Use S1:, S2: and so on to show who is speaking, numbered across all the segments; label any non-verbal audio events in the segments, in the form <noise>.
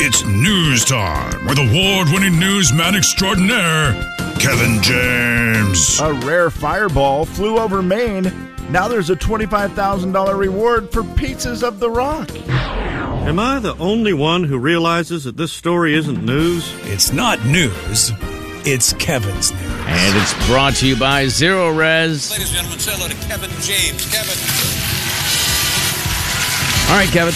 S1: It's news time with award winning newsman extraordinaire, Kevin James.
S2: A rare fireball flew over Maine. Now there's a $25,000 reward for pizzas of the rock.
S3: Am I the only one who realizes that this story isn't news?
S1: It's not news, it's Kevin's news.
S4: And it's brought to you by Zero Res.
S5: Ladies and gentlemen, say hello to Kevin James. Kevin.
S4: All right, Kevin.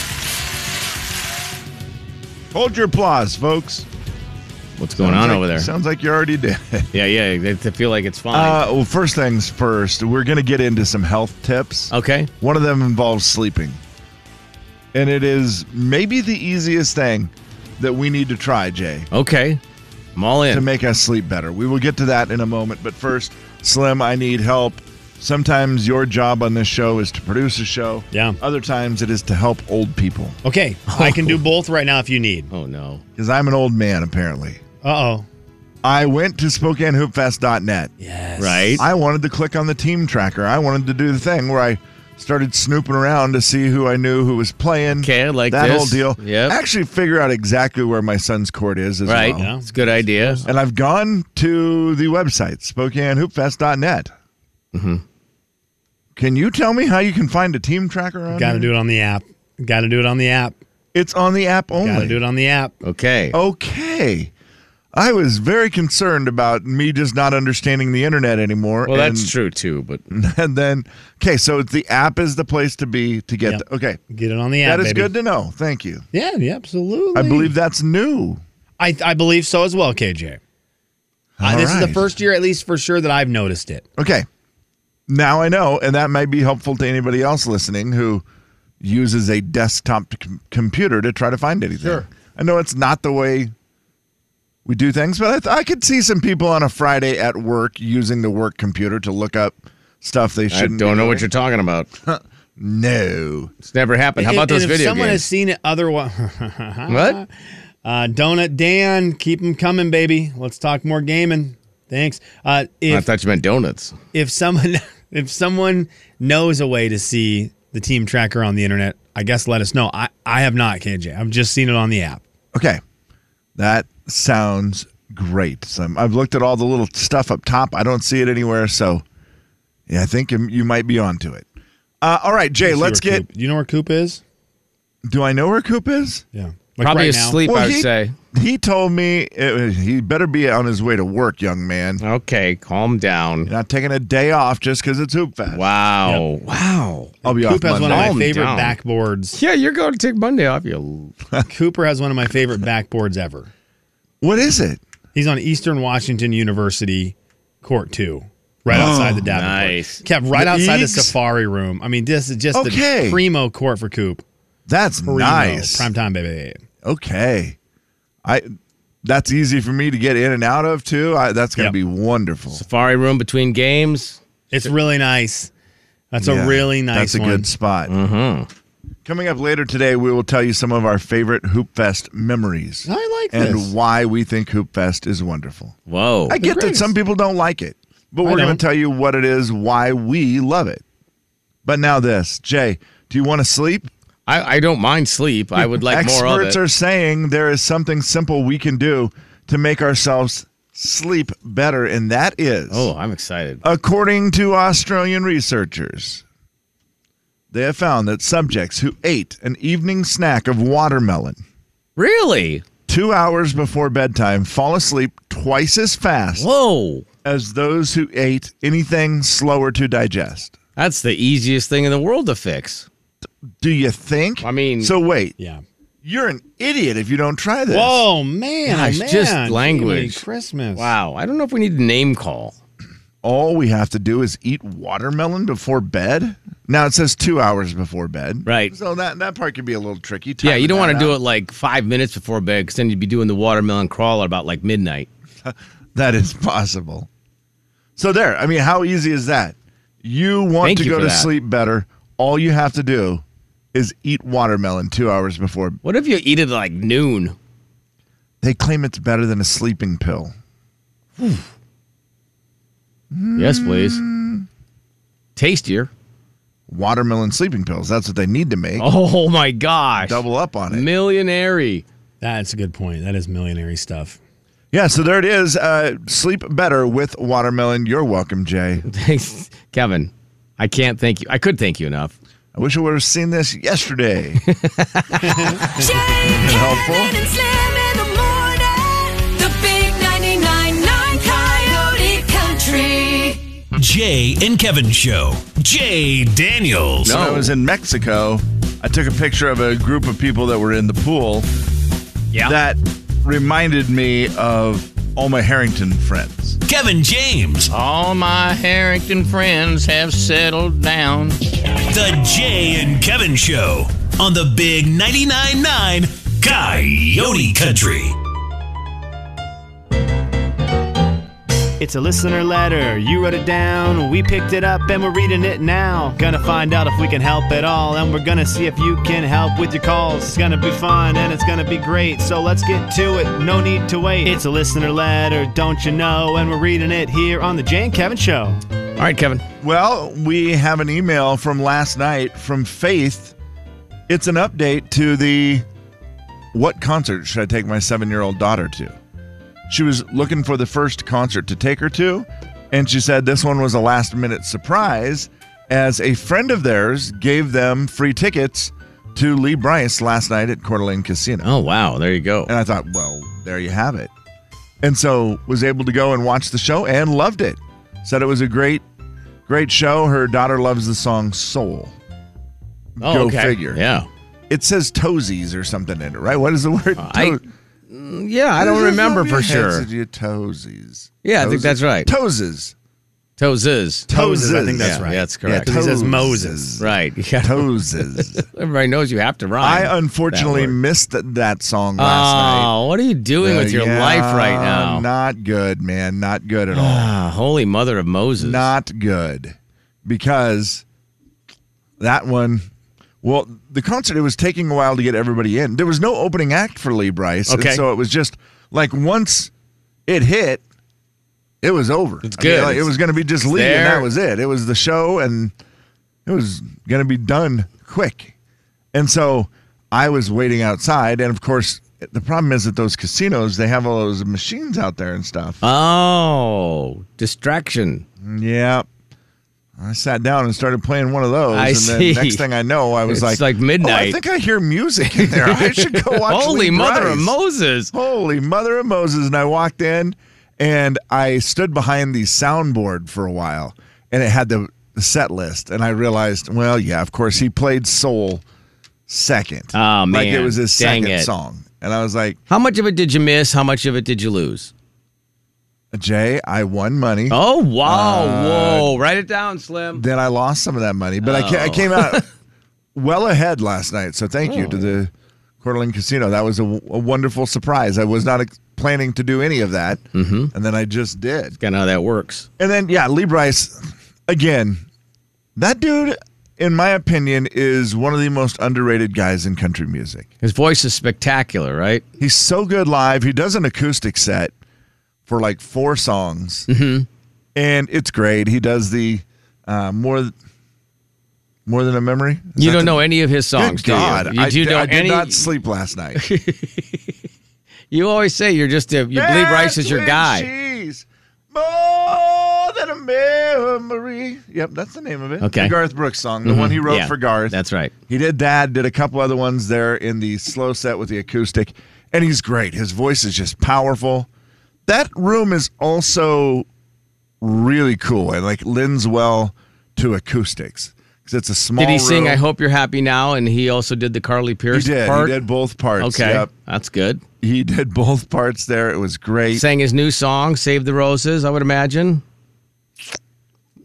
S2: Hold your applause, folks.
S4: What's going on
S2: Sounds like-
S4: over there?
S2: Sounds like you already
S4: <laughs>
S2: did.
S4: Yeah, yeah. They they feel like it's fine.
S2: Uh, well, first things first, we're going to get into some health tips.
S4: okay.
S2: One of them involves sleeping. And it is maybe the easiest thing that we need to try, Jay,
S4: Okay. I'm all
S2: to
S4: in.
S2: make us sleep better. We will get to that in a moment. But first, Slim, I need help. Sometimes your job on this show is to produce a show.
S6: Yeah.
S2: Other times it is to help old people.
S6: Okay, I can do both right now if you need.
S4: oh, no.
S2: Because I'm an old man, apparently.
S6: Uh oh.
S2: I went to SpokaneHoopFest.net.
S4: Right?
S2: I wanted to click on the team tracker. I wanted to do the thing where I started snooping around to see who I knew who was playing.
S4: Okay, I like
S2: that
S4: this.
S2: whole deal.
S4: Yep.
S2: Actually, figure out exactly where my son's court is as
S4: right.
S2: well.
S4: It's a good idea.
S2: And I've gone to the website SpokaneHoopFest.net. Mm-hmm. Can you tell me how you can find a team tracker on?
S6: Got to
S2: here?
S6: do it on the app. Got to do it on the app.
S2: It's on the app only.
S6: Got to do it on the app.
S4: Okay.
S2: Oh, Okay. I was very concerned about me just not understanding the internet anymore.
S4: well,
S2: and-
S4: that's true, too. But
S2: <laughs> and then okay, so it's the app is the place to be to get.
S6: Yep.
S2: the- okay,
S6: Get it on the app.
S2: that is
S6: baby.
S2: good to know. Thank you.
S6: Yeah, yeah, absolutely.
S2: I believe that's new.
S6: I, I believe so as well, KJ. I,
S2: All
S6: this is
S2: right.
S6: the first year, at least for sure, that I've noticed it.
S2: Okay, now I know, and that might be helpful to anybody else listening who uses a desktop com- computer to try to find anything.
S6: Sure.
S2: I know it's not the way we do things, but I, th- I could see some people on a Friday at work using the work computer to look up stuff they
S4: I
S2: shouldn't.
S4: don't know what you're talking about.
S2: No.
S4: It's never happened. How
S6: And-
S4: about those
S6: and if
S4: video
S6: someone has
S4: games?
S6: seen it <laughs> otherwise.
S4: What?
S6: Uh, Donut Dan, keep them coming, baby. Let's talk more gaming. Thanks. Uh,
S4: I
S6: if
S4: thought you meant donuts.
S6: if someone <laughs> if someone knows a way to see the team tracker on the internet, I guess let us know. I, I have not, KJ. I've just seen it on the app.
S2: Okay. That sounds great. So I'm- I've looked at all the little stuff up top. I don't see it anywhere. So yeah, I think you- you might be onto it. Uh, all right, Jay,
S6: See
S2: let's
S6: where
S2: get.
S6: Coop- you know where Coop is?
S2: Do I know where Coop is?
S6: Yeah. Like
S4: Probably
S6: right now.
S4: asleep, I would
S2: he,
S4: say.
S2: he told me it, he better be on his way to work, young man.
S4: Okay, calm down.
S2: You're not taking a day off just because it's Hoop Fest.
S4: Wow. Wow.
S2: I'll be off
S6: Coop has one
S2: Monday.
S6: of my
S4: Calm
S6: favorite
S4: down.
S6: backboards. <laughs>
S4: Yeah, you're going to take Monday off, you.
S6: Cooper has one of my favorite backboards ever.
S2: What is it?
S6: He's on Eastern Washington University Court 2, right
S2: Oh,
S6: outside the Davenport.
S4: nice.
S6: Kept right
S2: The
S6: outside
S2: Eags?
S6: the Safari Room. I mean, this is just
S2: Okay.
S6: the primo court for Coop.
S2: That's
S6: Primo.
S2: nice.
S6: Prime time, baby.
S2: Okay, I. That's easy for me to get in and out of too. I, that's going to
S6: Yep.
S2: be wonderful.
S4: Safari room between games.
S6: It's really nice. That's
S2: Yeah,
S6: a really nice
S2: That's a
S6: one.
S2: good spot. Mm-hmm. Coming up later today, we will tell you some of our favorite Hoop Fest memories
S6: I like
S2: and
S6: this.
S2: why we think Hoop Fest is wonderful.
S4: Whoa.
S2: I get that
S6: greatest.
S2: some people don't like it, but we're going
S6: don't.
S2: to tell you what it is, why we love it. But now this, Jay, do you want to sleep?
S4: I, I don't mind sleep. I would like
S2: Experts
S4: more of it.
S2: are saying there is something simple we can do to make ourselves sleep better, and that is
S4: oh, I'm excited.
S2: According to Australian researchers, they have found that subjects who ate an evening snack of watermelon
S4: Really?
S2: two hours before bedtime fall asleep twice as fast
S4: Whoa.
S2: as those who ate anything slower to digest.
S4: That's the easiest thing in the world to fix.
S2: Do you think?
S4: I mean-
S2: so wait,
S6: Yeah.
S2: you're an idiot if you don't try this.
S6: Whoa, man.
S4: Gosh,
S6: oh, man.
S4: just
S6: Gee, Merry
S4: language.
S6: Christmas.
S4: Wow. I don't know if we need a name call.
S2: All we have to do is eat watermelon before bed. Now it says two hours before bed.
S4: Right.
S2: So that, that part could be a little tricky.
S4: Yeah, you don't want to do it like five minutes before bed because then you'd be doing the watermelon crawl at about like midnight.
S2: That is possible. So there. I mean, how easy is that? You want
S4: Thank
S2: to
S4: you
S2: go
S4: for
S2: to
S4: that.
S2: sleep better. All you have to do is eat watermelon two hours before.
S4: What if you eat it like noon?
S2: They claim it's better than a sleeping pill.
S4: Yes, please. Tastier.
S2: Watermelon sleeping pills. That's what they need to make.
S4: Oh my gosh.
S2: Double up on it.
S4: Millionary.
S6: That's a good point. That is millionary stuff.
S2: Yeah, so there it is. Uh, sleep better with watermelon. You're welcome, Jay.
S4: Thanks, <laughs> Kevin. I can't thank you. I could thank you enough.
S2: I wish I would have seen this yesterday.
S7: Jay,
S2: Helpful.
S7: Kevin, and Slim in the morning. The big 99.9 Coyote Country.
S8: Jay and Kevin Show. Jay Daniels.
S2: When I was in Mexico, I took a picture of a group of people that were in the pool.
S8: Yeah.
S2: That reminded me of all my Harrington friends.
S8: Kevin James.
S4: All my Harrington friends have settled down.
S8: The Jay and Kevin Show on the Big 99.9 9 Coyote Country.
S9: It's a listener letter. You wrote it down. We picked it up and we're reading it now. Gonna find out if we can help at all. And we're gonna see if you can help with your calls. It's gonna be fun and it's gonna be great. So let's get to it. No need to wait. It's a listener letter, don't you know? And we're reading it here on The Jane Kevin Show.
S4: All right, Kevin.
S2: Well, we have an email from last night from Faith. It's an update to the what concert should I take my seven year old daughter to? She was looking for the first concert to take her to, and she said this one was a last minute surprise as a friend of theirs gave them free tickets to Lee Bryce last night at Coeur d'Alene Casino.
S4: Oh, wow. There you go.
S2: And I thought, well, there you have it. And so was able to go and watch the show and loved it. Said it was a great, great show. Her daughter loves the song Soul.
S4: Oh,
S2: go
S4: okay.
S2: figure.
S4: Yeah.
S2: It says toesies or something in it, right? What is the word?
S4: Uh, I- Yeah, I don't remember for sure.
S2: Your toesies.
S4: Yeah, I think
S2: Toesies.
S4: that's right.
S2: Toeses.
S4: Toes is.
S6: Toes, I think
S2: Toeses.
S6: that's
S4: Yeah,
S6: right.
S4: that's correct.
S6: Because he says Moses.
S2: toeses.
S4: Right. <laughs> Yeah. <laughs>
S2: Toeses.
S4: Everybody knows you have to rhyme.
S2: I unfortunately
S4: that word.
S2: missed that, that song
S4: Oh,
S2: last night. Uh,
S4: what are you doing with your
S2: Yeah,
S4: life right now?
S2: Not good, man. Not good at all.
S4: Ah, holy mother of Moses.
S2: not good because that one well the concert it was taking a while to get everybody in there was no opening act for lee bryce and
S4: Okay.
S2: so it was just like once it hit it was over
S4: It's
S2: I mean,
S4: good.
S2: like, it was going to be just lee and
S4: there.
S2: that was it it was the show and it was going to be done quick and so i was waiting outside and of course the problem is that those casinos they have all those machines out there and stuff
S4: Oh, distraction.
S2: Yeah. I sat down and started playing one of those.
S4: I
S2: and
S4: see.
S2: Then next thing I know, I was
S4: It's
S2: like,
S4: like midnight.
S2: "Oh, I think I hear music in there. I should
S4: <laughs>
S2: go watch.
S4: holy
S2: Lee
S4: mother of
S2: Bryce."
S4: Moses.
S2: Holy mother of Moses! And I walked in, and I stood behind the soundboard for a while, and it had the the set list, and I realized, well, yeah, of course he played soul second.
S4: Oh,
S2: like it
S4: man.
S2: was his
S4: Dang
S2: second
S4: it.
S2: song, and I was like,
S4: How much of it did you miss? How much of it did you lose?
S2: Jay, I won money.
S4: Oh, wow.
S2: Uh,
S4: Whoa. Write it down, Slim.
S2: then I lost some of that money. But I, ca- I came out well ahead last night. So thank you to the Coeur d'Alene Casino. That was a, w- a wonderful surprise. I was not ex- planning to do any of that. Mm-hmm. And then I just did.
S4: Kind of how that works.
S2: And then, yeah, Lee Bryce, again, that dude, in my opinion, is one of the most underrated guys in country music.
S4: His voice is spectacular, right?
S2: He's so good live. He does an acoustic set for like four songs,
S4: Mm-hmm.
S2: and it's great. He does the uh, more more than a memory. Is
S4: You
S2: that
S4: don't
S2: the-
S4: know any of his songs,
S2: Good God,
S4: do you? You
S2: I,
S4: do
S2: d-
S4: know
S2: I did
S4: any-
S2: not sleep last
S4: <laughs>
S2: night. you
S4: You always say you're just a, you believe Rice is your guy.
S2: Cheese. More than a memory. Yep, that's the name of it.
S4: Okay. Mm-hmm.
S2: the Garth Brooks song, the one he wrote
S4: Yeah,
S2: for Garth.
S4: That's right.
S2: He did that, did a couple other ones there in the slow set with the acoustic, and he's great. His voice is just powerful. That room is also really cool and like lends well to acoustics because it's a small.
S4: Did he sing
S2: room.
S4: I Hope You're Happy Now? And he also did the Carly
S2: he
S4: Pierce
S2: did.
S4: part?
S2: He did both parts.
S4: Okay.
S2: Yep.
S4: That's good.
S2: he did both parts there. It was great.
S4: Sang his new song, Save the Roses, I would imagine.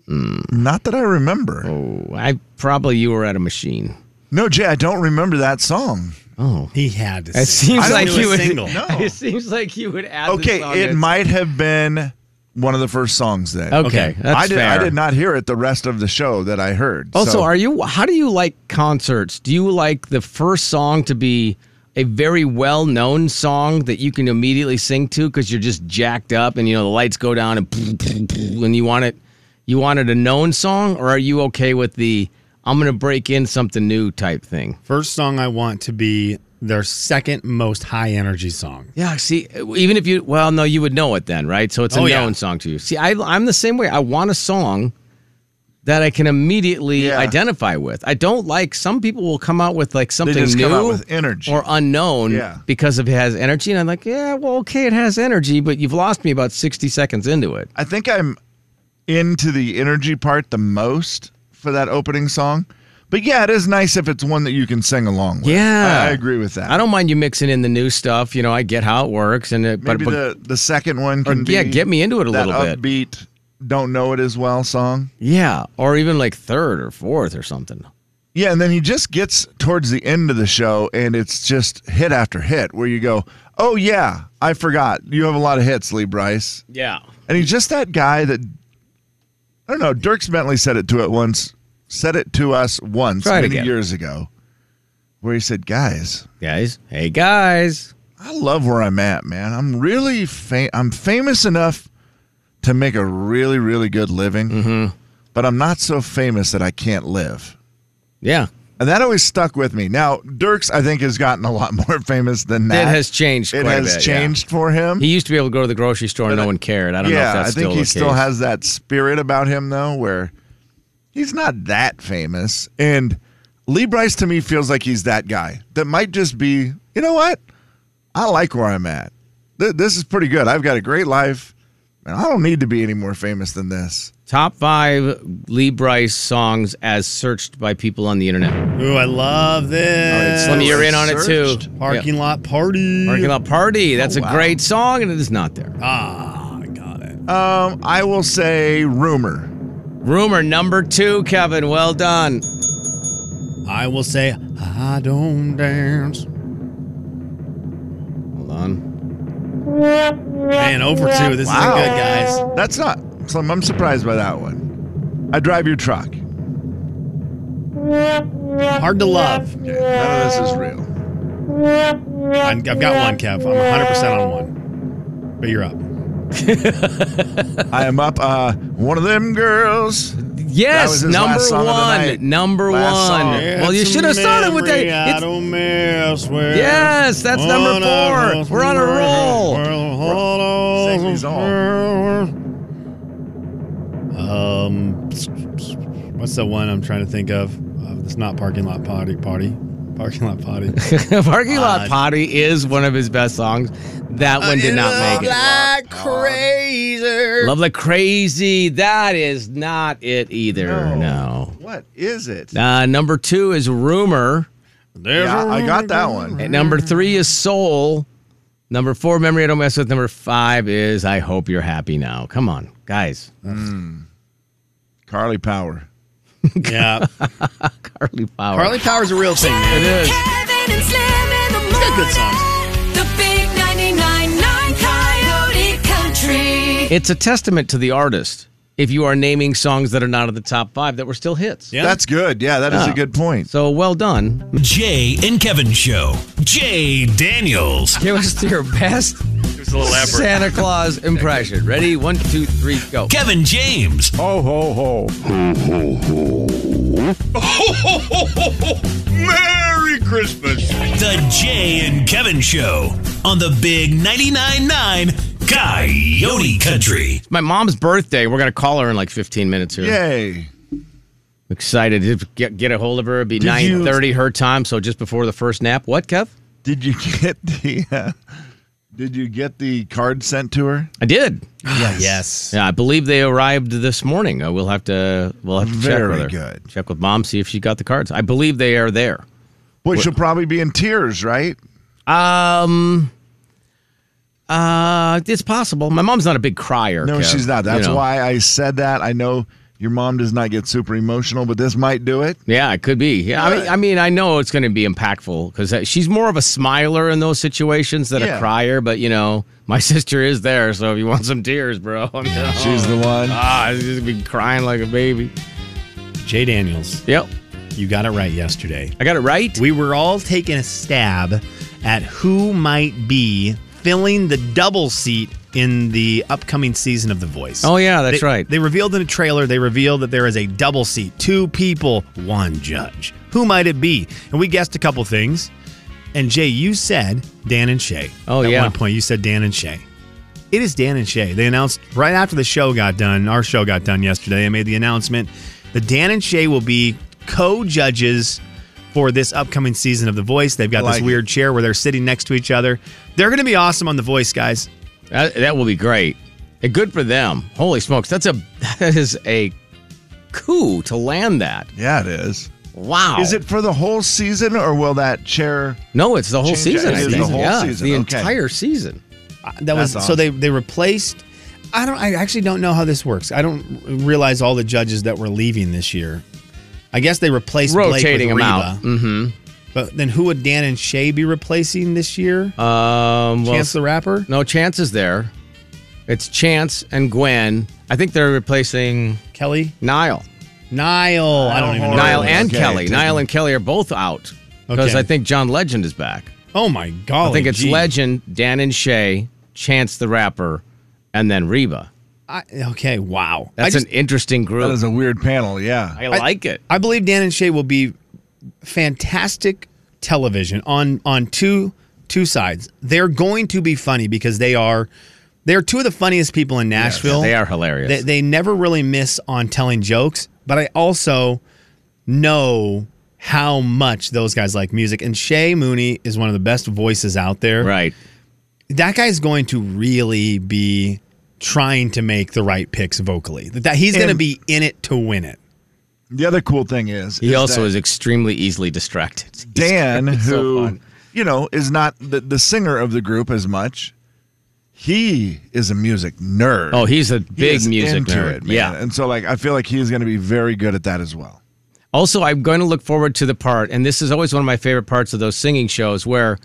S2: Not that I remember.
S4: Oh, I probably you were at a machine.
S2: No, Jay, I don't remember that song.
S4: Oh.
S6: He had to.
S4: It
S6: sing.
S4: seems
S6: I
S4: like
S6: don't
S4: you
S6: do a
S4: would.
S6: single.
S4: <laughs> It seems like you would add.
S2: Okay, it might have been one of the first songs then.
S4: Okay,
S6: Okay.
S4: that's
S2: I did.
S4: fair.
S2: I did not hear it the rest of the show that I heard.
S4: Also,
S2: so-
S4: Oh, are you? How do you like concerts? Do you like the first song to be a very well-known song that you can immediately sing to because you're just jacked up and you know the lights go down and and you want it? You wanted a known song, or are you okay with the I'm going to break in something new type thing?
S6: First song I want to be their second most high energy song.
S4: Yeah, see, even if you, well, no, you would know it then, right? So it's a
S6: Oh,
S4: known
S6: yeah.
S4: song to you. See, I, I'm the same way. I want a song that I can immediately
S2: Yeah.
S4: identify with. I don't like some people will come out with like something
S2: just
S4: new
S2: come out with energy.
S4: or unknown
S2: Yeah.
S4: because of it has energy, and I'm like, yeah, well, okay, it has energy, but you've lost me about 60 seconds into it.
S2: I think I'm into the energy part the most for that opening song. But yeah, it is nice if it's one that you can sing along with.
S4: Yeah.
S2: I, I agree with that.
S4: I don't mind you mixing in the new stuff. You know, I get how it works, and it, but,
S2: Maybe
S4: but
S2: the the second one can be
S4: yeah, get me into it a
S2: that
S4: little bit.
S2: upbeat. Don't know it as well song.
S4: yeah, or even like third or fourth or something.
S2: Yeah, and then he just gets towards the end of the show, and it's just hit after hit where you go, "Oh yeah, I forgot you have a lot of hits, Lee Bryce."
S4: Yeah,
S2: And he's just that guy that I don't know. Dirks Bentley said it to it once, said it to us once
S4: Try it
S2: many
S4: again.
S2: years ago, where he said, "Guys,
S4: guys. Hey, guys.
S2: I love where I'm at, man. I'm really fam- I'm famous enough to make a really really good living,
S4: Mm-hmm.
S2: but I'm not so famous that I can't live."
S4: Yeah,
S2: And that always stuck with me. Now, Dirks, I think, has gotten a lot <laughs> more famous than that.
S4: That has changed
S2: It
S4: quite a
S2: has
S4: bit, yeah.
S2: changed for him.
S4: He used to be able to go to the grocery store and no one cared. I don't know
S2: yeah,
S4: if that's
S2: I think
S4: still
S2: he
S4: the
S2: still
S4: case.
S2: has that spirit about him, though, where he's not that famous. And Lee Bryce, to me, feels like he's that guy that might just be, you know what? I like where I'm at. Th- this is pretty good. I've got a great life, and I don't need to be any more famous than this.
S4: Top five Lee Bryce songs as searched by people on the internet. All
S6: Ooh, I love
S4: right,
S6: this.
S4: Slim, you're in on it
S2: Searched? Oh,
S4: too.
S6: Parking
S4: Yeah.
S6: lot party.
S4: Parking Lot Party. That's
S2: wow.
S4: a great song, and it is not there.
S6: Ah, got it.
S2: Um, I will say rumor.
S4: Rumor number two, Kevin. Well done.
S6: I will say I don't dance.
S4: Hold on.
S6: Man, over two. This
S2: Wow.
S6: isn't good, guys.
S2: That's not. So I'm surprised by that one. I drive your truck. None
S6: Hard to love.
S2: of this is real.
S6: i I've got one, Kev. I'm 100 percent on one. But you're up.
S2: I am up. Uh, one of them girls. That was
S4: Yes,
S2: his
S4: number
S2: last song of the night.
S4: one. Number
S2: Last
S4: one.
S2: song.
S4: Well, you should have started with that.
S6: I
S4: It's-
S6: don't mess with.
S4: Yes, that's number
S6: One of
S4: four.
S6: those
S4: We're on a roll.
S6: Well, hold on.
S2: Sing these all.
S6: Um, what's the one I'm trying to think of? Uh, it's not parking lot potty party. Parking
S4: <laughs>
S6: lot potty.
S4: Parking Lot
S6: Odd.
S4: Potty is one of his best songs. That one did not make it.
S6: like crazy.
S4: Love like crazy. That is not it either. No.
S2: Oh, What is it?
S4: Uh, number two is rumor.
S6: There's
S2: Yeah,
S6: a-
S2: I got that one.
S4: And number
S6: Mm.
S4: three is soul. Number four, memory I don't mess with. Number five is I hope you're happy now. Come on, guys.
S2: Carly Power.
S6: yeah.
S4: Carly Power.
S6: Harley Power's a real thing, man.
S4: is.
S7: Kevin and Slim in the
S6: got good songs.
S7: morning. The big 99.9 Coyote Country.
S4: It's a testament to the artist if you are naming songs that are not in the top five that were still hits.
S6: Yeah.
S2: That's good. Yeah, that is a
S4: Oh.
S2: good point.
S4: So well done.
S8: Jay and Kevin Show. Jay Daniels.
S4: Give us your best Santa Claus impression. Ready? One, two, three, go.
S8: Kevin James.
S2: Ho ho ho.
S8: Merry Christmas. The Jay and Kevin Show on the Big 99.9 9 Coyote Country.
S4: It's my mom's birthday. We're gonna call her in like 15 minutes here.
S2: Yay.
S4: Excited to get, get a hold of her. It'd be
S2: Did you-
S4: 9:30 her time, so just before the first nap. What, Kev?
S2: Did you get <laughs> the? Uh, did you get the card sent to her?
S4: I did.
S2: Yes.
S6: Yes.
S4: Yeah, I believe they arrived this morning. Uh, we'll have to we'll have to
S2: Very
S4: check with her.
S2: good.
S4: Check with mom, see if she got the cards. I believe they are there.
S2: Boy, she'll probably be in tears, right?
S4: Um. Uh, it's possible. My mom's not a big crier.
S2: No,
S4: Kev,
S2: she's not.
S4: you
S2: That's
S4: know.
S2: why I said that. I know your mom does not get super emotional, but this might do it.
S4: Yeah, it could be. Yeah, I mean, I mean, I know it's going to be impactful because she's more of a smiler in those situations than
S2: Yeah.
S4: a crier. But you know, my <laughs> sister is there, so if you want some tears, bro, <laughs> I'm gonna,
S2: She's the one.
S4: ah, she's just be crying like a baby.
S6: Jay Daniels,
S4: Yep,
S6: you got it right yesterday.
S4: I got it right.
S6: We were all taking a stab at who might be filling the double seat in the upcoming season of The Voice.
S4: Oh yeah, that's
S6: They-
S4: right.
S6: They revealed in a trailer, they revealed that there is a double seat, two people, one judge. Who might it be? And we guessed a couple things. And Jay, you said Dan and Shay.
S4: Oh,
S6: At
S4: yeah.
S6: one point, you said Dan and Shay. It is Dan and Shay. They announced right after the show got done, our show got done yesterday. They made the announcement that Dan and Shay will be co judges for this upcoming season of The Voice. They've got
S2: Like
S6: this
S2: it.
S6: weird chair where they're sitting next to each other. They're going to be awesome on The Voice, guys.
S4: That, that will be great. And good for them. Holy smokes, that's a that is a coup to land that.
S2: Yeah, it is.
S4: Wow.
S2: Is it for the whole season or will that chair?
S4: No, it's the whole
S2: Change
S4: season.
S2: it.
S4: I
S2: It is
S4: think.
S2: the whole
S4: yeah,
S2: season,
S4: the
S2: okay.
S4: entire season.
S6: that was
S2: That's
S6: so they they replaced I don't I actually don't know how this works. I don't realize all the judges that were leaving this year. I guess they replaced
S4: Rotating
S6: Blake
S4: them
S6: with
S4: out. Mm-hmm.
S6: Reba. But then who would Dan and Shay be replacing this year?
S4: Um, well,
S6: Chance the Rapper?
S4: no Chance is there. It's Chance and Gwen. I think they're replacing
S6: Kelly?
S4: Niall.
S6: Niall. I don't even know.
S4: Niall
S6: who it
S4: and
S2: Oh, okay,
S4: Kelly.
S2: taking-
S4: Niall and Kelly are both out because
S6: Okay.
S4: I think John Legend is back.
S6: was. Oh my god.
S4: I think it's Legend, Dan and Shay, Chance the Rapper, and then Reba.
S6: okay, wow. I
S4: That's
S6: just
S4: an interesting
S2: That
S4: group.
S2: is a weird panel. Yeah.
S4: I like it.
S6: I believe Dan and Shay will be fantastic television on on two two sides. They're going to be funny because they are they're two of the funniest people in Nashville.
S4: They are hilarious.
S6: They, they never really miss on telling jokes, but I also know how much those guys like music. And Shay Mooney is one of the best voices out there.
S4: right.
S6: That guy's going to really be trying to make the right picks vocally. That he's going to
S2: And-
S6: be in it to win it.
S2: The other cool thing is
S4: He also
S2: that
S4: is extremely easily distracted. <laughs> He's-
S2: Dan,
S4: it's so
S2: who
S4: fun.
S2: you know is not the, the singer of the group as much. He is a music nerd.
S4: Oh, he's a
S2: He
S4: big
S2: is
S4: music
S2: into
S4: nerd.
S2: it, man.
S4: yeah.
S2: and so like I feel like he's going to be very good at that as well.
S4: Also, I'm going to look forward to the part, and this is always one of my favorite parts of those singing shows where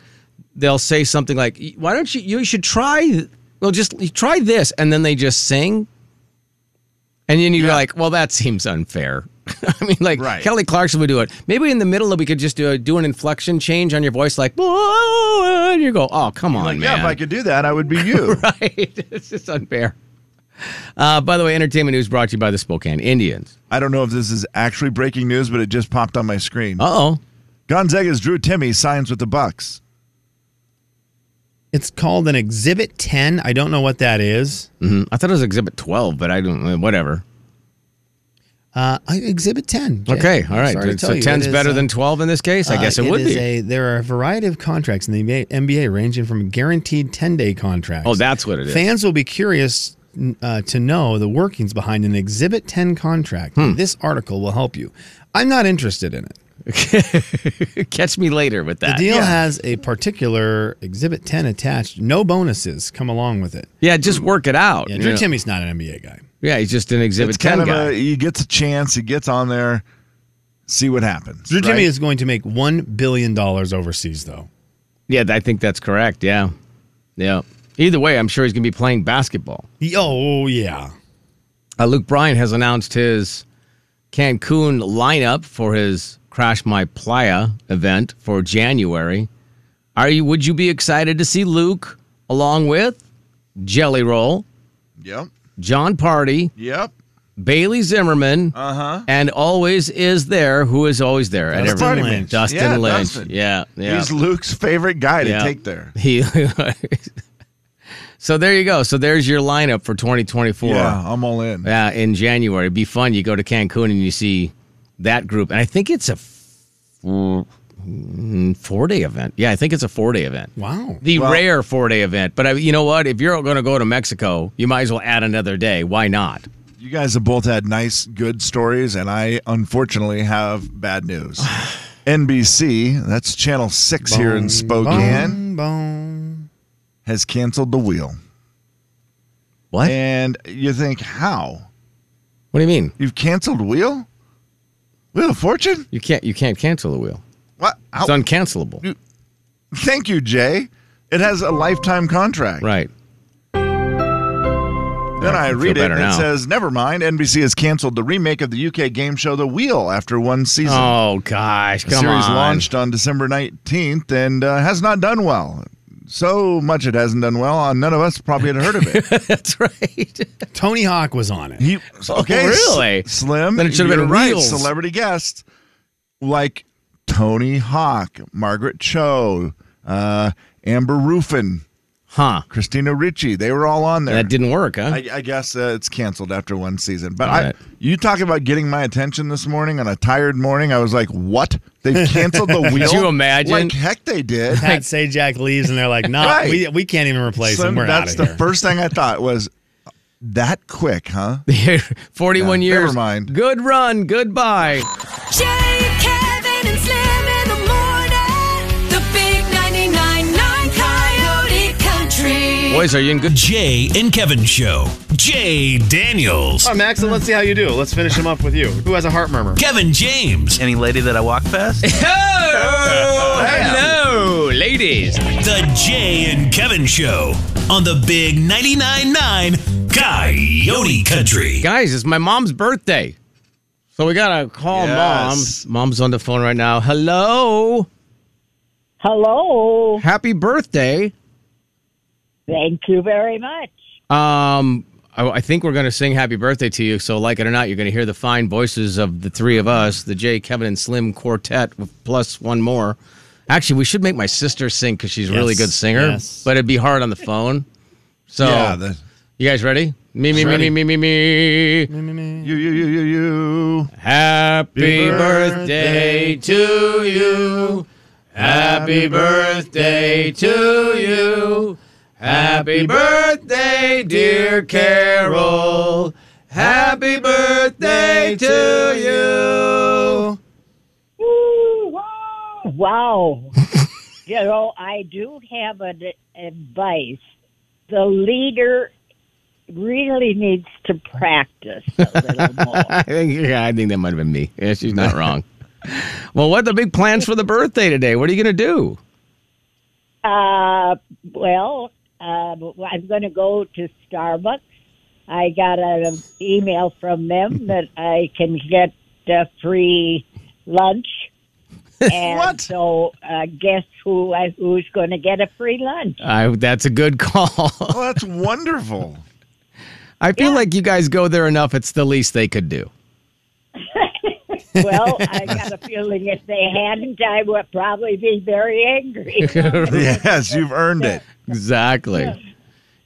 S4: they'll say something like, "Why don't you? You should try. Well, just try this," and then they just sing, and then you're like, "Well, that seems unfair." <laughs> I mean, like
S2: Right.
S4: Kelly Clarkson would do it. Maybe in the middle, we could just do a, do an inflection change on your voice, like, "Whoa," and you go, "Oh, come on,
S2: Like,
S4: man!"
S2: yeah, if I could do that, I would be you.
S4: <laughs> right? It's just unfair. Uh, by the way, entertainment news brought to you by the Spokane Indians.
S2: I don't know if this is actually breaking news, but it just popped on my screen.
S4: Uh oh.
S2: Gonzaga's Drew Timmy signs with the Bucks.
S6: It's called an Exhibit 10. I don't know what that is.
S4: I thought it was Exhibit 12, but I don't, uh, whatever.
S6: Uh, I- exhibit 10. Jay.
S4: Okay,
S6: I'm
S4: all right.
S6: sorry to
S4: So
S6: tell you,
S4: 10's
S6: it is,
S4: better
S6: uh,
S4: than 12 in this case? I
S6: uh,
S4: guess it,
S6: it
S4: would
S6: is
S4: be.
S6: A, there are a variety of contracts in the NBA, NBA ranging from guaranteed 10 day contracts.
S4: oh, that's what it is.
S6: Fans will be curious n- uh, to know the workings behind an Exhibit 10 contract.
S4: Hmm.
S6: This article will help you. I'm not interested in it.
S4: Catch me later with
S6: The
S4: that.
S6: deal has a particular Exhibit 10 attached. No bonuses come along with it.
S4: yeah, just work it out.
S6: Yeah,
S4: you
S6: Drew
S4: know?
S6: Timmy's not an NBA guy.
S4: Yeah, he's just an Exhibit
S2: It's kind
S4: 10
S2: of
S4: guy.
S2: a he gets a chance, he gets on there, see what happens.
S6: Drew Timmy
S2: right?
S6: is going to make $1 billion overseas, though.
S4: yeah, I think that's correct. Yeah. Yeah. Either way, I'm sure he's going to be playing basketball.
S6: He- Oh, yeah.
S4: Uh, Luke Bryan has announced his Cancun lineup for his Crash My Playa event for January. Are you? Would you be excited to see Luke along with Jelly Roll,
S2: Yep.
S4: John Party,
S2: Yep.
S4: Bailey Zimmerman,
S2: Uh-huh.
S4: and always is there who is always there at
S6: Dustin
S4: every-
S6: Lynch.
S4: Dustin
S2: Yeah,
S4: Lynch.
S2: Dustin.
S4: Yeah, yeah.
S2: He's Luke's favorite guy to
S4: Yeah.
S2: take there.
S4: He. <laughs> so there you go. So there's your lineup for 2024.
S2: Yeah, I'm all in.
S4: Yeah, in January. It'd be fun. You go to Cancun and you see that group. And I think it's a four day event. Yeah, I think it's a four day event.
S6: Wow.
S4: The
S2: Well-
S4: rare four day event. But I, you know what? If you're going to go to Mexico, you might as well add another day. Why not?
S2: You guys have both had nice, good stories, and I unfortunately have bad
S4: <sighs>
S2: news. NBC, that's Channel 6 here in Spokane,
S6: Boom, boom.
S2: has canceled The Wheel.
S4: What?
S2: And you think, how?
S4: What do you mean?
S2: You've canceled Wheel? Wheel of Fortune?
S4: You can't you can't cancel the wheel.
S2: What? How-
S4: It's uncancelable.
S2: Thank you, Jay. It has a lifetime contract.
S4: Right.
S2: Then I
S4: feel
S2: read it
S4: better
S2: and it
S4: now.
S2: says, never mind, NBC has canceled the remake of the UK game show The Wheel after one season.
S4: Oh gosh,
S2: the
S4: come
S2: series
S4: on.
S2: launched on December 19th and uh, has not done well. So much it hasn't done well, uh, none of us probably had heard of
S4: <laughs>
S2: it.
S4: <laughs> That's right.
S6: Tony Hawk was on it.
S2: he, okay, S-
S4: Oh, really?
S2: Slim,
S4: Then it should have been
S2: you're right,
S4: Reels.
S2: celebrity guest. Like Tony Hawk, Margaret Cho, uh, Amber Ruffin,
S4: Huh.
S2: Christina Ricci. They were all on there.
S4: That didn't work, huh? <laughs>
S2: I, I guess uh, it's canceled after one season. But
S4: All
S2: I,
S4: right.
S2: you talk about getting my attention this morning on a tired morning. I was like, "What? They canceled
S4: <laughs>
S2: the wheel?
S4: you imagine?
S2: Like heck, they did.
S6: Pat Sajak leaves, and they're like, "No,
S2: <laughs> Right.
S6: we, we can't even replace
S2: Some-
S6: him. We're
S2: that's
S6: out
S2: the
S6: of here."
S2: first thing I thought was that quick, <laughs> huh?
S4: 41
S2: Yeah,
S4: years.
S2: never mind.
S4: Good run. Goodbye.
S7: Jay, Kevin, and Slim in the morning. The big 99.9 Coyote Country.
S4: Boys, are you in
S2: <laughs>
S4: good?
S8: Jay and Kevin Show. Jay Daniels.
S6: Um,
S9: All right, Max, let's see how you do. Let's finish him up with you. Who has a heart murmur?
S8: Kevin James.
S10: Any lady that I walk past?
S4: Oh, hello, ladies.
S8: The Jay and Kevin Show on the Big 99.9 9 Coyote Country.
S4: Guys, it's my mom's birthday. So we got to call
S2: Yes.
S4: mom. Mom's on the phone right now. Hello.
S11: Hello.
S4: Happy birthday.
S11: Thank you very much.
S4: Um, I, I think we're going to sing happy birthday to you. So, like it or not, you're going to hear the fine voices of the three of us the Jay, Kevin, and Slim quartet, with plus one more. Actually, we should make my sister sing because she's a really
S6: Yes,
S4: good singer,
S6: yes.
S4: but it'd be hard on the phone. So,
S2: Yeah. The,
S4: you guys ready? Me, me,
S2: Ready.
S4: me, me, me, me, me.
S2: you, you, you, you, you.
S4: Happy birthday to you. Happy birthday to you. Happy birthday, dear Carol. Happy birthday to you.
S11: Woo, wah, Wow. you know, I do have an advice. The leader really needs to practice a little more.
S4: I think yeah, I think that might have been me. Yeah, she's <laughs> not wrong. Well, what are the big plans for the birthday today? What are you gonna do?
S11: Uh, well, uh, I'm going to go to Starbucks. I got an email from them that I can get uh, free lunch. And so, uh, guess who I, who's going to get a free
S4: <laughs>
S11: lunch?
S4: I, that's a good <laughs> call.
S2: Oh, that's wonderful.
S4: I feel like you guys go there enough. It's the least they could do.
S11: Well, I got a feeling if they hadn't, I would probably be very angry.
S2: <laughs> yes, you've earned it.
S4: Exactly.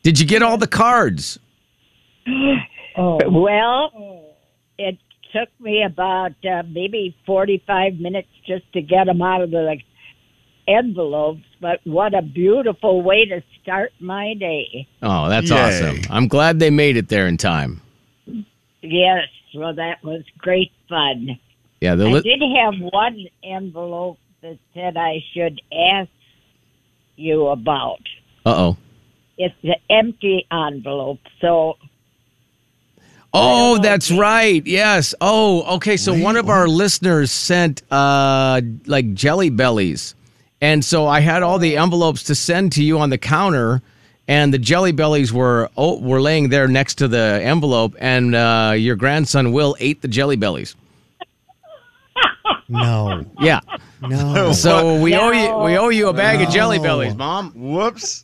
S4: Did you get all the cards?
S11: Well, it took me about uh, maybe 45 minutes just to get them out of the like, envelopes, but what a beautiful way to start my day.
S4: Oh, that's
S2: Yay.
S4: awesome. I'm glad they made it there in time.
S11: Yes, well, that was great fun.
S4: Yeah, the
S11: I
S4: li-
S11: did have one envelope that said I should ask you about.
S4: Uh-oh.
S11: It's an empty envelope, so
S4: Oh, that's right. Yes. Oh, okay. So one of our listeners sent uh like jelly bellies. And so I had all the envelopes to send to you on the counter and the jelly bellies were oh, were laying there next to the envelope and uh your grandson Will ate the jelly bellies.
S6: No,
S11: <laughs>
S4: Yeah.
S2: <laughs>
S6: no.
S4: So we owe you we
S11: No.
S4: owe you a bag of jelly bellies, mom.
S2: Whoops.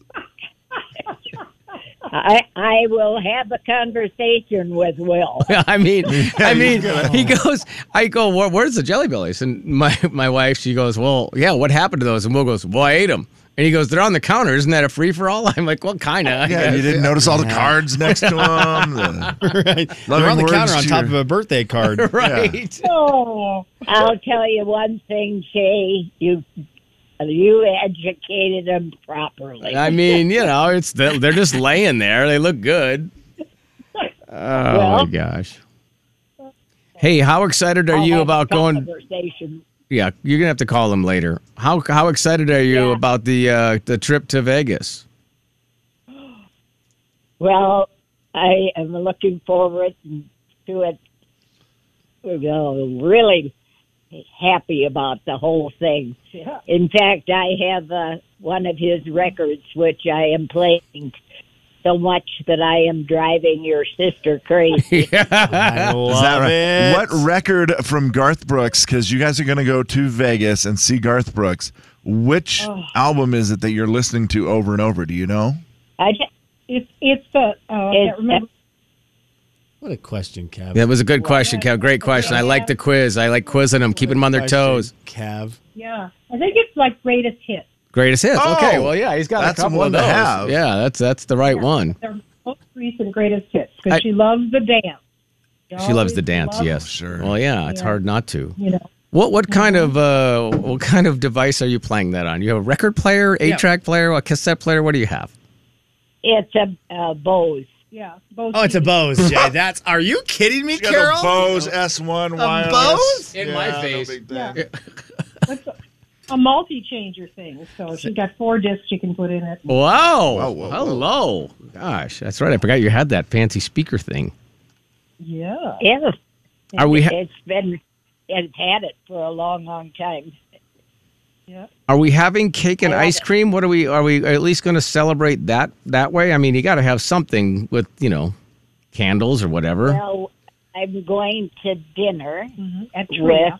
S11: I I will have a conversation with Will.
S4: <laughs>
S2: <laughs>
S4: I mean, I mean, he goes. I go, Where, "Where's the jelly bellies?" And my <laughs> my wife, she goes, "Well, yeah, what happened to those?" And Will goes, "Well, I ate them." And he goes, "They're on the counter. Isn't that a free for all?" <laughs> I'm like, "Well, kind of."
S2: Yeah, you
S4: <laughs>
S2: didn't notice all the cards next to him. <laughs> the-
S6: right.
S2: <laughs> Loving
S6: They're on the
S2: words
S6: counter on
S2: to
S6: top of
S2: your-
S6: a
S2: <laughs>
S6: birthday card.
S4: right.
S11: Oh, I'll tell you one thing, Jay. You you educated them properly.
S4: I mean, you know, it's they're they're just laying there. They look good. Oh my
S11: Well-
S4: gosh. Hey, how excited are
S11: I'll
S4: you
S11: have
S4: about
S11: a
S4: going?
S11: Conversation.
S4: Yeah, you're gonna have to call him later. How how excited are you
S11: Yeah.
S4: about the uh, the trip to Vegas?
S11: Well, I am looking forward to it. Well, really happy about the whole thing. In fact, I have uh, one of his records, which I am playing so much that I am driving your sister crazy.
S4: <laughs>
S6: I love
S2: Is that right?
S6: it.
S2: What record from Garth Brooks? Because you guys are going to go to Vegas and see Garth Brooks. Which album is it that you're listening to over and over? Do you know?
S11: I just,
S12: It's it's the uh, I
S11: It's-
S12: can't remember.
S9: What a question, Kev.
S4: That was a good question, Kev. Great question. I like the quiz. I like quizzing them, keeping them on their
S9: Question,
S4: toes.
S9: Kev.
S10: Yeah, I think it's like greatest hits.
S4: Greatest hits.
S10: Oh,
S4: okay, well, yeah, he's got
S10: that's
S4: a couple
S10: one
S4: of
S10: to
S4: those.
S10: have.
S4: Yeah, that's that's the right one.
S10: Their most recent greatest hits
S4: I-
S10: because she loves the dance.
S4: She loves
S10: always
S4: the dance.
S10: loves,
S4: yes, sure. Well, yeah, it's
S10: Yeah.
S4: hard not to.
S10: You know.
S4: What what kind of uh what kind of device are you playing that on? You have a record player,
S10: Yeah.
S4: eight track player, a cassette player. What do you have?
S11: It's a uh, Bose.
S10: Yeah, Bose.
S6: Oh, it's a Bose,
S2: <laughs>
S6: Jay. That's. Are you kidding me,
S2: She has
S6: Carol?
S2: a Bose S1 wireless.
S6: Bose?
S4: In
S2: Yeah,
S4: my
S2: no
S4: face.
S2: big thing.
S10: a multi-changer thing. So she's got four discs she can put in it.
S4: Wow! Hello, gosh, that's right. I forgot you had that fancy speaker thing.
S10: Yeah.
S11: Yeah.
S4: Are we ha-
S11: it's been it's had it for a long, long time.
S10: Yeah.
S4: Are we having cake and ice cream? What are we? Are we at least going to celebrate that that way? I mean, you got to have something with you know, candles or whatever.
S11: Well, I'm going to dinner
S10: Mm-hmm. at
S11: with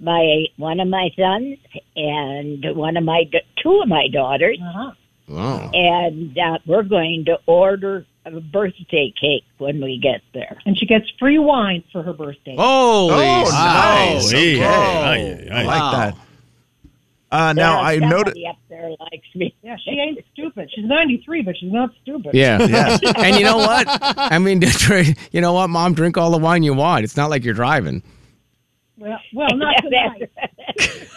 S11: my one of my sons and one of my da- two of my daughters,
S10: Uh-huh.
S4: Wow.
S11: and uh, we're going to order a birthday cake when we get there.
S10: And she gets free wine for her birthday.
S4: Holy
S2: Oh,
S4: smokes.
S2: nice.
S4: Okay.
S2: Okay. I
S4: Wow.
S2: like that. Uh, now,
S10: Yeah,
S2: I
S10: somebody
S2: noticed.
S11: Up there likes me.
S10: <laughs> Yeah, she ain't stupid. She's 93, but she's not stupid.
S2: <laughs>
S4: Yeah. and you know
S11: <laughs>
S4: what? I mean, <laughs> Detroit, you know what, Mom? Drink all the wine you want. It's not like you're driving.
S10: Well, well
S11: <laughs>
S10: not tonight.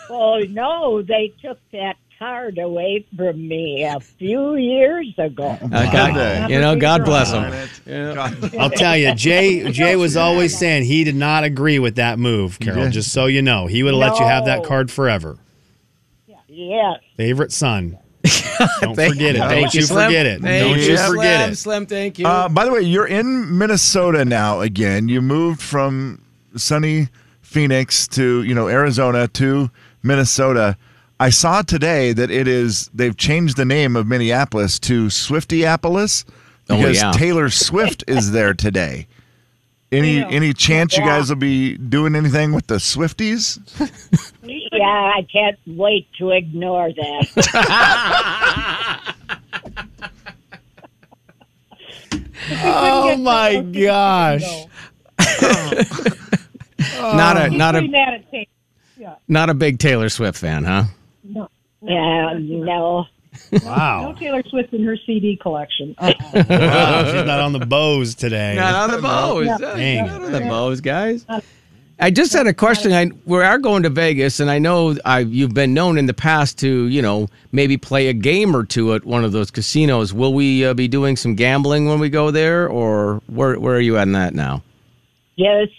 S11: Oh no, they took that card away from me a few years ago.
S4: Uh, God- you know, God bless them.
S6: I'll tell you, Jay. Jay was always saying he did not agree with that move, Carol. Just so you know, he would have let you have that
S11: No.
S6: card forever.
S11: Yes.
S6: Favorite
S4: <laughs>
S6: son. Don't
S4: Thank-
S6: forget it.
S4: Thank
S6: Don't
S4: you,
S6: you
S4: Slim.
S6: forget it.
S4: Thank
S6: Don't
S4: you,
S6: you forget
S4: Slim.
S6: it.
S4: Slim, thank you. <laughs>
S2: Uh, by the way, you're in Minnesota now again. You moved from sunny Phoenix to you know Arizona to Minnesota. I saw today that it is they've changed the name of Minneapolis to Swiftyapolis
S4: Oh,
S2: because
S4: yeah.
S2: Taylor Swift is there today. Any any chance you guys will be doing anything with the Swifties?
S11: Yeah, I can't wait to ignore that.
S6: Oh my gosh.
S4: not a not
S11: Oh.
S10: She's
S4: a
S10: mad at Tate. Yeah.
S4: not a big Taylor Swift fan, huh?
S10: No.
S11: Yeah, no.
S4: <laughs>
S10: No Taylor Swift in her CD collection.
S6: wow. She's not on the bows today.
S4: Not on the bows.
S10: Yeah.
S4: Uh,
S6: Dang.
S4: Not on the bows, guys. I just had a question. I, we are going to Vegas, and I know I, you've been known in the past to, you know, maybe play a game or two at one of those casinos. Will we uh, be doing some gambling when we go there, or where, where are you on that now?
S11: Just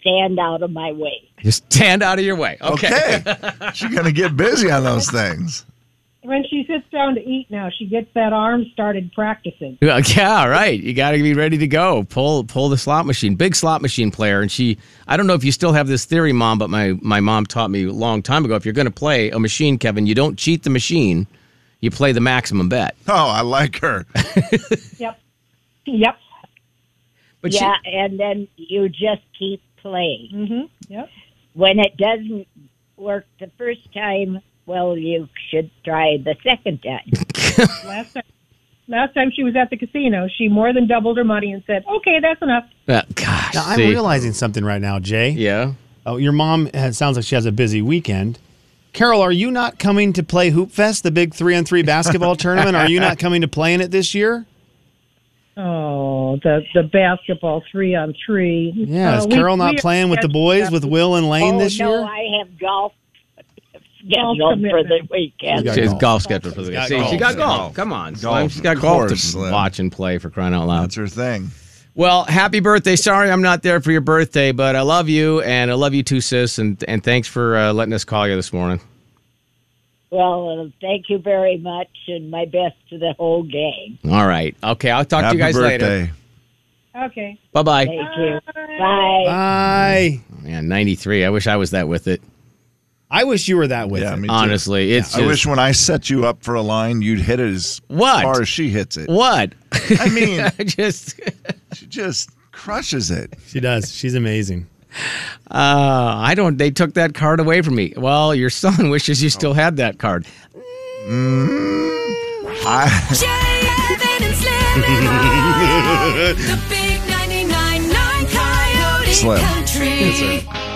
S11: stand out of my way.
S4: Just stand out of your way. Okay. <laughs>
S2: She's gonna get busy on those things.
S10: when she sits down to eat now, she gets that arm started practicing.
S4: Yeah, <laughs> Yeah, right. You got to be ready to go. Pull pull the slot machine. Big slot machine player and she I don't know if you still have this theory mom, but my my mom taught me a long time ago if you're going to play a machine, Kevin, you don't cheat the machine. You play the maximum bet.
S2: Oh, I like her.
S10: Yep. Yep.
S4: But
S11: yeah, and then you just keep playing.
S10: Mm-hmm. Yep.
S11: When it doesn't work the first time, well, you should try the
S6: <laughs>
S11: second time.
S10: Last time, last time she was at the casino, she more than doubled her money and said, "Okay, that's enough."
S4: uh, gosh.
S6: Now, I'm
S4: see.
S6: realizing something right now, Jay.
S4: Yeah.
S6: Oh, your mom has, sounds like she has a busy weekend. Carol, are you not coming to play Hoop Fest, the big three on three
S4: <laughs>
S6: basketball tournament? Are you not coming to play in it this year?
S10: Oh, the the basketball three on three.
S6: Yeah, is
S10: Uh, we-
S6: Carol not
S10: we-
S6: playing with the boys, with Will and Lane
S11: oh,
S6: this
S11: no,
S6: year?
S11: I have golf scheduled for the weekend.
S4: She has golf, scheduled for the
S6: got
S4: See,
S6: golf.
S4: she got
S6: Golf.
S4: golf. Come on. Slim.
S2: Golf,
S4: She's got
S2: of
S4: golf to
S2: course, Slim.
S4: watch and play for crying out loud.
S2: That's her thing.
S4: Well, happy birthday. Sorry I'm not there for your birthday, but I love you and I love you too, sis, and and thanks for uh, letting us call you this morning.
S11: Well, uh, thank you very much, and my best to the whole gang.
S4: All right. Okay, I'll talk to
S2: Happy
S4: you guys
S2: birthday.
S4: later.
S10: Okay.
S4: Bye-bye.
S11: Thank you. Bye.
S6: Bye.
S4: Yeah, 93. I wish I was that with it.
S6: I wish you were that with
S2: Yeah,
S6: it.
S2: me too.
S4: Honestly, it's
S2: I
S4: just-
S2: wish when I set you up for a line, you'd hit it as
S4: What?
S2: far as she hits it.
S4: What? <laughs>
S2: I mean, <laughs>
S4: I just uh,
S2: she just crushes
S4: <laughs>
S2: it.
S6: She does. She's amazing.
S4: uh, I don't they took that card away from me. Well, your son <laughs> wishes
S2: Oh.
S4: you still had that card.
S2: I
S7: Jay, Evan, and Slim in the morning. The big 999
S2: Slim.
S7: Country.